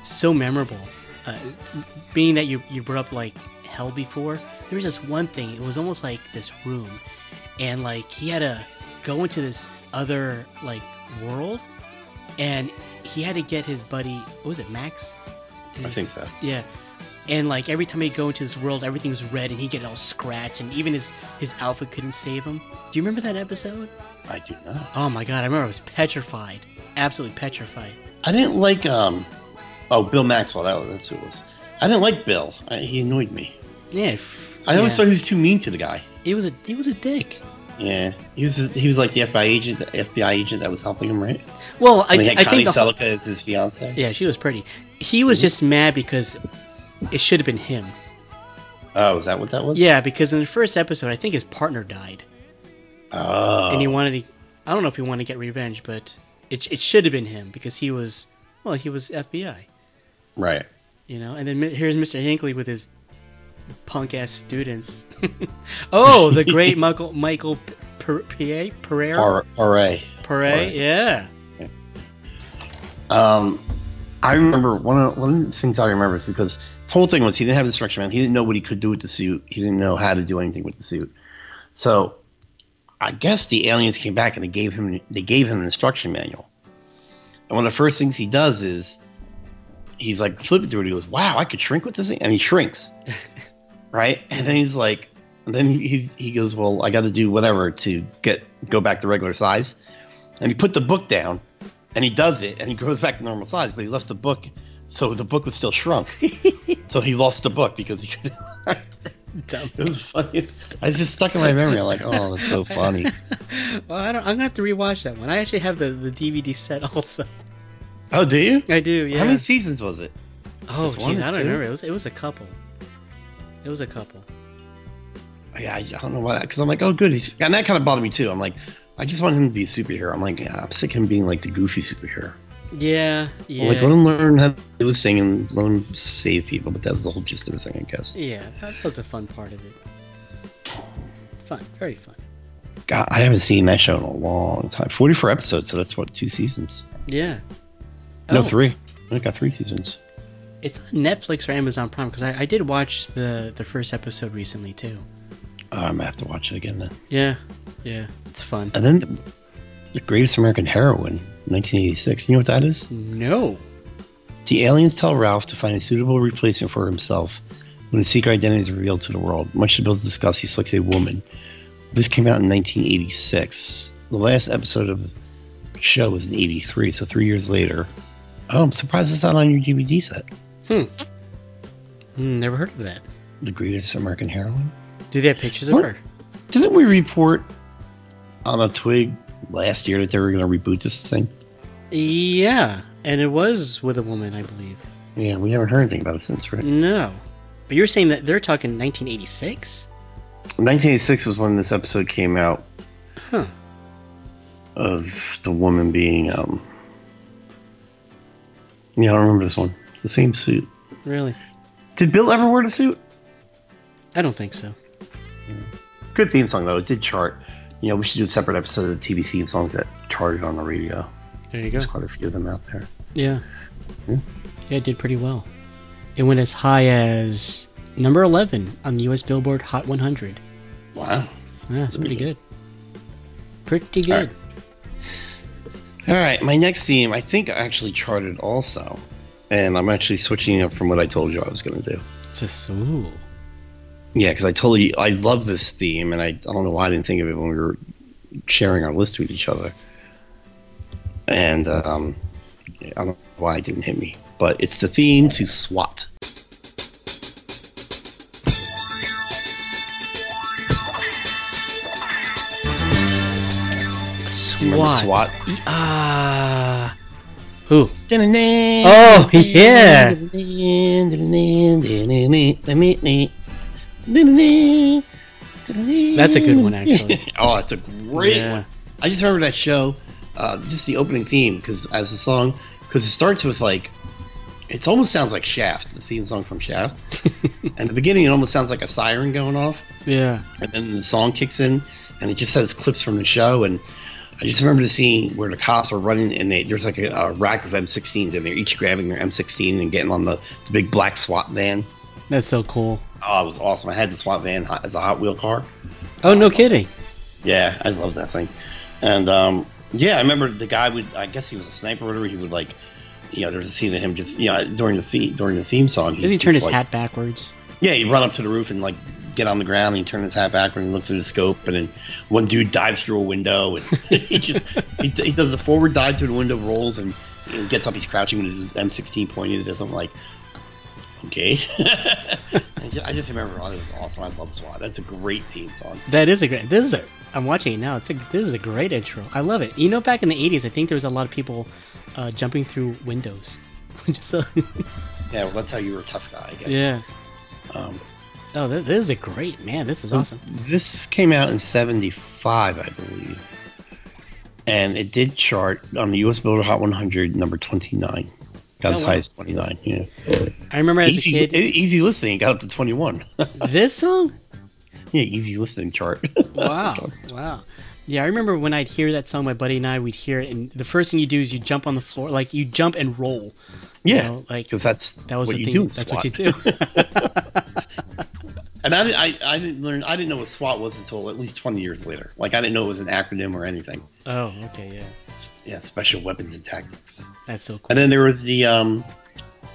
so memorable. Uh, being that you you brought up like hell before, there was this one thing. It was almost like this room, and like he had to go into this other like world, and he had to get his buddy. What was it, Max?
I
His-
think so.
yeah. And like every time he'd go into this world, everything was red and he'd get all scratched and even his his alpha couldn't save him. Do you remember that episode?
I do not.
Oh my god, I remember I was petrified. Absolutely petrified.
I didn't like um. Oh, Bill Maxwell. That was that's who it was. I didn't like Bill. I, he annoyed me.
Yeah. f-
I always
yeah.
thought he was too mean to the guy.
he was a he was a dick.
Yeah, he was he was like the FBI agent, the FBI agent that was helping him, right?
Well, I,
And he had
I
Connie
think the whole-
Selica as his fiance.
yeah, she was pretty. He was just mad because it should have been him.
Oh, is that what that was?
Yeah, because in the first episode, I think his partner died,
Oh.
and he wanted to. I don't know if he wanted to get revenge, but it it should have been him because he was well, he was FBI.
right.
You know, and then mi- here's Mr. Hinckley with his punk ass students. oh, the great Michael Michael per, Pierre Pereira
Or, or
Pere, yeah.
Um, I remember one of one of the things I remember is because the whole thing was he didn't have the instruction manual. He didn't know what he could do with the suit. He didn't know how to do anything with the suit. So, I guess the aliens came back and they gave him they gave him an instruction manual. And one of the first things he does is he's like flipping through it. He goes, "Wow, I could shrink with this thing," and he shrinks, right? And then he's like, and then he he, he goes, "Well, I got to do whatever to get go back to regular size." And he put the book down and he does it and he grows back to normal size but he left the book so the book was still
[LAUGHS]
shrunk so he lost the book because he could
[LAUGHS] Dumb.
it was funny i just stuck in my memory i'm like oh that's so funny
Well, I don't, I'm gonna have to rewatch that one. I actually have the, the DVD set [LAUGHS] also.
oh do you
I do. Yeah.
how many seasons was it
oh,
just one
jeez,
or
I don't
two?
remember. It was it was a couple. It was a couple.
yeah i don't know why because i'm like oh good he's and that kind of bothered me too i'm like i just want him to be a superhero i'm like yeah, i'm sick of him being like the goofy superhero
Yeah. Yeah.
I'm like let him learn how to do his thing and let him save people but that was the whole gist of the thing i guess
yeah. That was a fun part of it. Fun. Very fun.
god i haven't seen that show in a long time 44 episodes so that's what two seasons
Yeah.
No,
Oh.
three. It got three seasons.
It's on Netflix or Amazon Prime because I, I did watch the the first episode recently too.
Ah, I'm gonna have to watch it again then.
Yeah, yeah, it's fun.
And then the, the greatest American heroine, 1986. You know what that is?
Hmm. No,
The aliens tell Ralph to find a suitable replacement for himself when his secret identity is revealed to the world. Much to Bill's disgust, he selects a woman. This came out in 1986. The last episode of the show was in 83, so three years later. Oh, I'm surprised it's not on your DVD set.
Mm, never heard of that.
The greatest American heroine?
Do they have pictures of
What?
her?
Didn't we report on a twig last year that they were going to reboot this thing?
Yeah, and it was with a woman, I believe.
Yeah, we haven't heard anything about it since, right?
No, but you're saying that they're talking 1986.
1986 was when this episode came out
Huh.
of the woman being. um Yeah, I don't remember this one. It's the same suit.
Really?
Did Bill ever wear the suit?
I don't think so.
Good theme song though. It did chart. You know, we should do a separate episode of the TV theme songs that charted on the radio.
There you go.
There's quite Hmm. a few of them out there.
Yeah. Yeah, it did pretty well. It went as high as number 11 on the U.S. Billboard Hot 100.
Wow.
Yeah, it's pretty good. Pretty
All
good.
right. All right, my next theme I think actually charted also, and I'm actually switching up from what I told you I was going to do.
It's just, ooh.
Yeah, because I totally I love this theme, and I, I don't know why I didn't think of it when we were sharing our list with each other. And um, I don't know why it didn't hit me, but it's the theme to SWAT.
SWAT.
SWAT?
E- Ah. who?
Oh [LAUGHS]
yeah.
That
That's a good one, actually.
oh, that's a great
Yeah.
one. I just remember that show, uh, just the opening theme, because as a song, because it starts with like, it almost sounds like Shaft, the theme song from Shaft. and the beginning, it almost sounds like a siren going off,
yeah.
and then the song kicks in, and it just says clips from the show. And I just remember the scene where the cops are running, and they, there's like a, a rack of M16s, and they're each grabbing their M16 and getting on the, the big black SWAT van.
That's so cool.
Oh, it was awesome. I had the SWAT van hot- as a Hot Wheel car.
Oh, no kidding.
Yeah, I love that thing. And um, yeah, I remember the guy would. I guess he was a sniper or whatever. He would like, you know, there was a scene of him just, you know, during the theme, during the theme song.
Does he
he's
turn his
like-
hat backwards?
Yeah, he'd run up to the roof and like get on the ground. and He'd turn his hat backward and look through the scope. And then one dude dives through a window and [LAUGHS] he just he, he does the forward dive through the window, rolls and, and gets up. He's crouching with his M16 pointed at us. I'm like. Okay, [LAUGHS] I ju- I just remember oh, it was awesome. I love SWAT. That's a great theme song.
That is a great. This is a. I'm watching it now. It's a. This is a great intro. I love it. You know, back in the '80s, I think there was a lot of people uh, jumping through windows. [LAUGHS] Just so.
Yeah, well, that's how you were a tough guy, I guess.
yeah.
Um,
Oh, this, this is a great man. This is
so
awesome.
This came out in 75, I believe. And it did chart on the US Billboard Hot 100, number 29. Got as
Oh, wow.
high as 29. Yeah.
I remember as
Easy, [LAUGHS]
a kid.
e- easy listening got up to [LAUGHS] 21. yeah,
this
[LAUGHS]
song.
easy listening chart. [LAUGHS]
Wow. wow. Yeah, I remember when I'd hear that song, my buddy and I, we'd hear it, and the first thing you do is you jump on the floor, like you jump and roll.
yeah.
know, like,
because that's
That was
what
the
you
thing.
do in
That's
SWAT.
what you
[LAUGHS]
do.
And I, didn't- I, I didn't learn, I didn't know what SWAT was until at least 20 years later. Like, I didn't know it was an acronym or anything.
oh, okay, yeah.
Yeah, Special Weapons and Tactics.
That's so cool.
And then there was the um,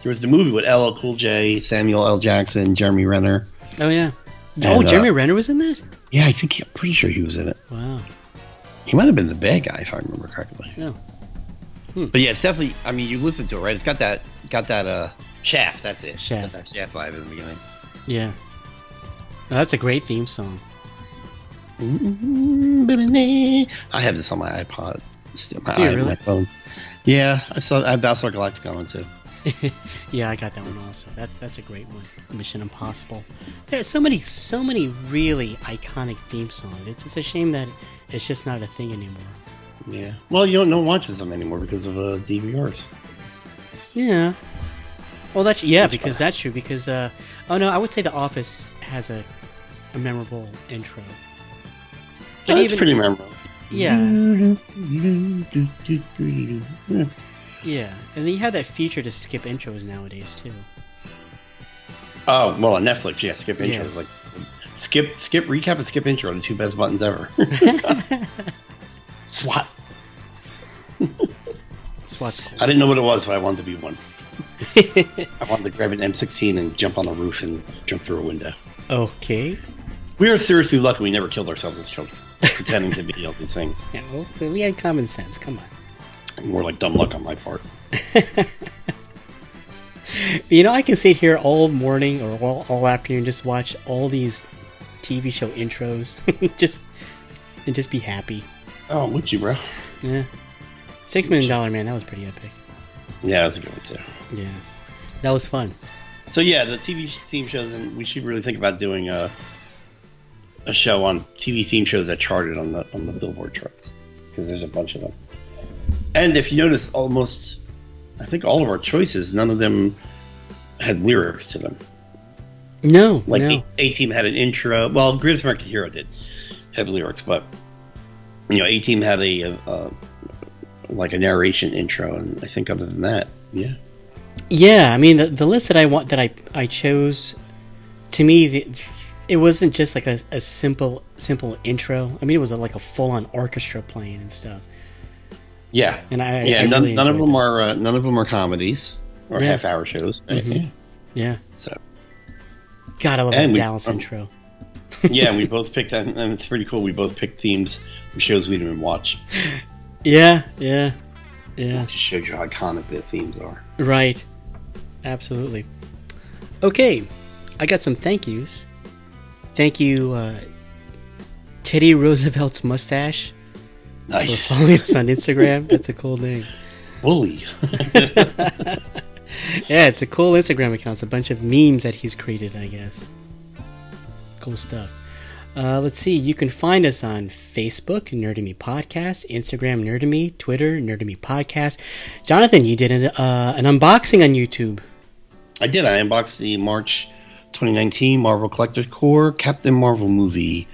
there was the movie with LL Cool J, Samuel L. Jackson, Jeremy Renner.
Oh yeah. oh,
And, uh,
Jeremy Renner was in that.
Yeah, I think I'm pretty sure he was in it.
Wow.
He might have been the bad guy if I remember correctly.
Yeah. Hmm.
But yeah, it's definitely. I mean, you listen to it, right? It's got that got that uh shaft. That's it. It's got
Shaft.
that shaft vibe in the beginning.
Yeah. Now, that's a great theme song.
Mm-hmm, I have this on my iPod. Still, my,
Do you
i-
really?
my phone. Yeah, I saw. I have Battlestar Galactica on too.
Yeah, I got that one also. That, that's a great one. Mission Impossible. There are so many, so many really iconic theme songs. It's, it's a shame that it's just not a thing anymore.
Yeah. Well, you don't no one watches them anymore because of uh, DVRs.
Yeah. Well, that's yeah,
That's
because
fine.
that's true. Because uh, oh no, I would say The Office has a, a memorable intro. But
But it's
even-
pretty memorable. [LAUGHS]
Yeah,
Yeah.
yeah, and then you have that feature to skip intros nowadays too.
Oh well, on Netflix, yeah, skip intro
Yeah.
is like skip, skip recap and skip intro are the two best buttons [LAUGHS] ever. SWAT.
SWAT's cool.
I didn't know what it was, but I wanted to be [LAUGHS] one. I wanted to grab an M16 and jump on a roof and jump through a window.
Okay.
We are seriously lucky we never killed ourselves as children, pretending to be all these things.
Yeah, well, we had common sense. Come on.
More like dumb luck on my part.
You know, I can sit here all morning or all, all afternoon just watch all these TV show intros, [LAUGHS] just and just be happy.
Oh, would you, bro?
Yeah, Six Million Dollar Man, that was pretty epic.
Yeah, that was a good one too.
Yeah, that was fun.
So yeah, the TV theme shows, and we should really think about doing a a show on TV theme shows that charted on the on the Billboard charts because there's a bunch of them. And if you notice, almost I think all of our choices, none of them had lyrics to them.
No,
Like
no,
A Team had an intro. Well, Greatest American Hero did have lyrics, but you know, A Team had a, a, a like a narration intro, and I think other than that, yeah,
yeah. I mean, the, the list that I want that I I chose, to me, the, it wasn't just like a, a simple simple intro. I mean, it was a, like a full on orchestra playing and stuff.
yeah.
And I
yeah,
I
none,
really
none of
enjoyed
them
that.
are uh, none of them are comedies or
Yeah. Mm-hmm.
half hour shows. right? Yeah.
Yeah,
So
God, I love
And
that
we-
Dallas
um,
intro.
yeah, and we both picked, and and it's pretty cool. We both picked themes from shows we didn't even watch.
Yeah, yeah, yeah.
That just shows you how iconic the themes are.
Right. Absolutely. Okay, I got some thank yous. Thank you, uh, Teddy Roosevelt's mustache, [LAUGHS] for
Nice
following us on Instagram. That's a cool name.
bully.
Yeah, it's a cool Instagram account. It's a bunch of memes that he's created, I guess. Cool stuff. Uh, let's see. You can find us on Facebook, Nerdemy Podcast, Instagram, Nerdemy, Twitter, Nerdemy Podcast. Jonathan, you did an, uh, an unboxing on YouTube.
I did. I unboxed the March 2019 Marvel Collector Core Captain Marvel movie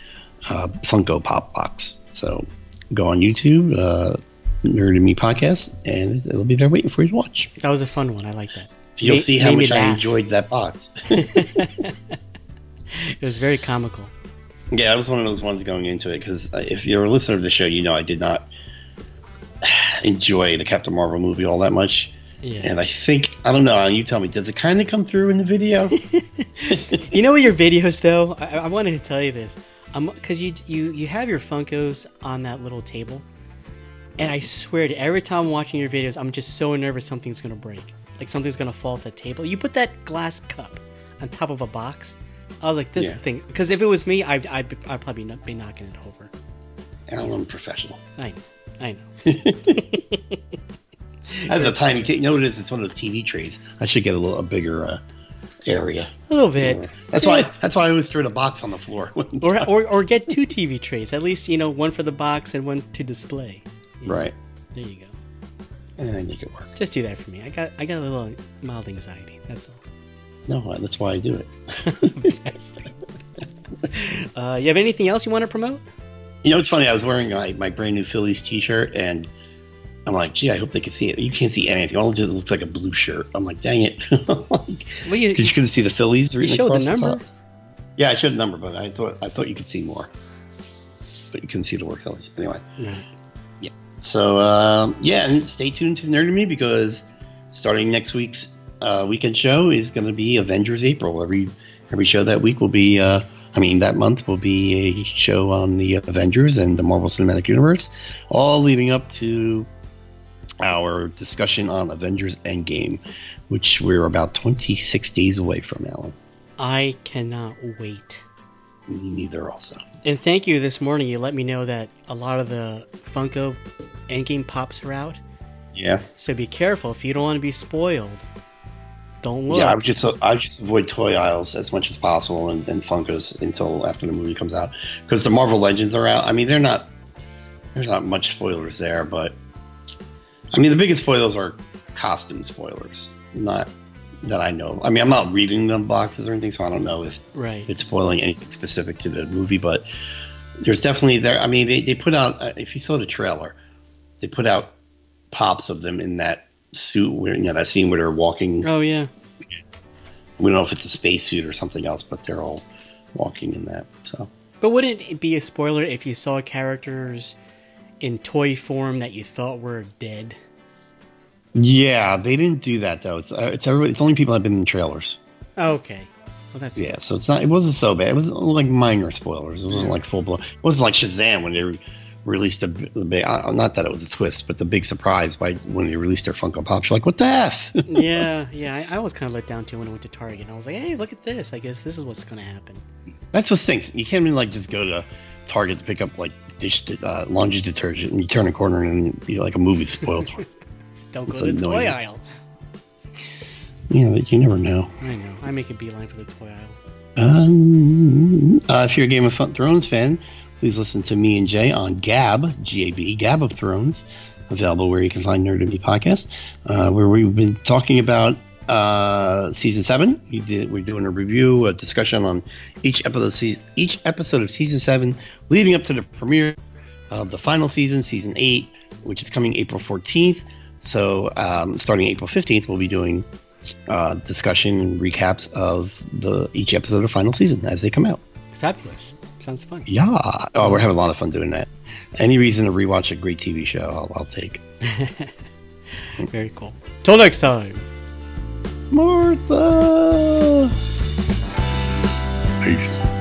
uh, Funko Pop box. So go on YouTube, uh, Nerd and Me podcast, and it'll be there waiting for you to watch.
That was a fun one. I like that.
You'll
Ma-
see how
made me
much I
laugh.
enjoyed that box.
It was very comical.
yeah, I was one of those ones going into it because if you're a listener of the show, you know I did not [SIGHS] enjoy the Captain Marvel movie all that much.
Yeah.
And I think I don't know. You tell me. Does it kind of come through in the video?
You know, with your videos though, I, I wanted to tell you this, because you you you have your Funkos on that little table, and I swear to every time I'm watching your videos, I'm just so nervous something's gonna break, like something's gonna fall off that table. You put that glass cup on top of a box. I was like, this
Yeah.
thing, because if it was me, I'd, I'd, I'd probably not be knocking it over.
I'm professional.
I know, I know.
That's a tiny. T- you know what it is? It's one of those TV trays. I should get a little a bigger uh, area.
A little bit.
That's
Yeah. [LAUGHS]
why. That's why I always threw the box on the floor. [LAUGHS]
Or, or, or get two TV trays. At least, you know, one for the box and one to display.
right.
There you go.
And I make it work.
Just do that for me. I got I got a little mild anxiety. That's all. [LAUGHS]
No, that's why I do it.
Fantastic. uh, you have anything else you want to promote?
You know, it's funny. I was wearing my, my brand new Phillies T-shirt, and I'm like, gee, I hope they can see it. You can't see anything. All it just looks like a blue shirt. I'm like, dang it, [LAUGHS] because
Well, you,
you couldn't see the Phillies.
you
written
showed the
across
number.
top. yeah, I showed the number, but I thought I thought you could see more, but you couldn't see the word Phillies anyway.
Right.
So um, yeah, and stay tuned to Nerd and Me because starting next week's uh, weekend show is going to be Avengers April. Every every show that week will be, uh, I mean, that month will be a show on the Avengers and the Marvel Cinematic Universe, all leading up to our discussion on Avengers Endgame, which we're about 26 days away from now.
I cannot wait.
Me neither, also.
And thank you this morning. You let me know that a lot of the Funko Endgame pops are out.
Yeah.
So be careful if you don't want to be spoiled. Don't look.
Yeah, I would just I would just avoid toy aisles as much as possible and, and Funkos until after the movie comes out because the Marvel Legends are out. I mean, they're not there's not much spoilers there, but I mean the biggest spoilers are costume spoilers, not that I know. of. I mean, I'm not reading the boxes or anything, so I don't know if
right.
it's spoiling anything specific to the movie, but there's definitely there. I mean, they, they put out uh, if you saw the trailer, they put out pops of them in that suit where you know that scene where they're walking
oh yeah.
we don't know if it's a spacesuit or something else, but they're all walking in that. So
But wouldn't it be a spoiler if you saw characters in toy form that you thought were dead?
yeah, they didn't do that though. It's uh, it's everybody. It's only people that've been in trailers.
Okay. Well, that's
Yeah, so it's not. It wasn't so bad. It was like minor spoilers. It wasn't like full blown. It wasn't like Shazam when they re- released the, the big. Uh, not that it was a twist, but the big surprise by when they released their Funko Pops. You're like, what the f? [LAUGHS]
[LAUGHS] yeah, yeah. I, I was kind of let down too when I went to Target. And I was like, hey, look at this. I guess this is what's going to happen.
That's what stinks. You can't even like just go to Target to pick up like dish uh, laundry detergent and you turn a corner and you know, like a movie spoiled. [LAUGHS] for you.
Don't
It's
go to the toy
annoying.
aisle.
you know, you never know.
I know. I make a beeline for the toy aisle.
Um, uh, if you're a Game of Thrones fan, please listen to me and Jay on Gab, G A B, Gab of Thrones, available where you can find Nerd and Me podcast, uh, where we've been talking about uh, season seven. We did, we're doing a review, a discussion on each episode, se- each episode of season seven, leading up to the premiere of the final season, season eight, which is coming April 14th. So, um, starting April 15th, we'll be doing uh, discussion and recaps of the each episode of the final season as they come out.
Fabulous. Sounds fun.
Yeah. Oh, we're having a lot of fun doing that. Any reason to rewatch a great TV show, I'll, I'll take.
Very cool. Till next time.
Martha!
Peace.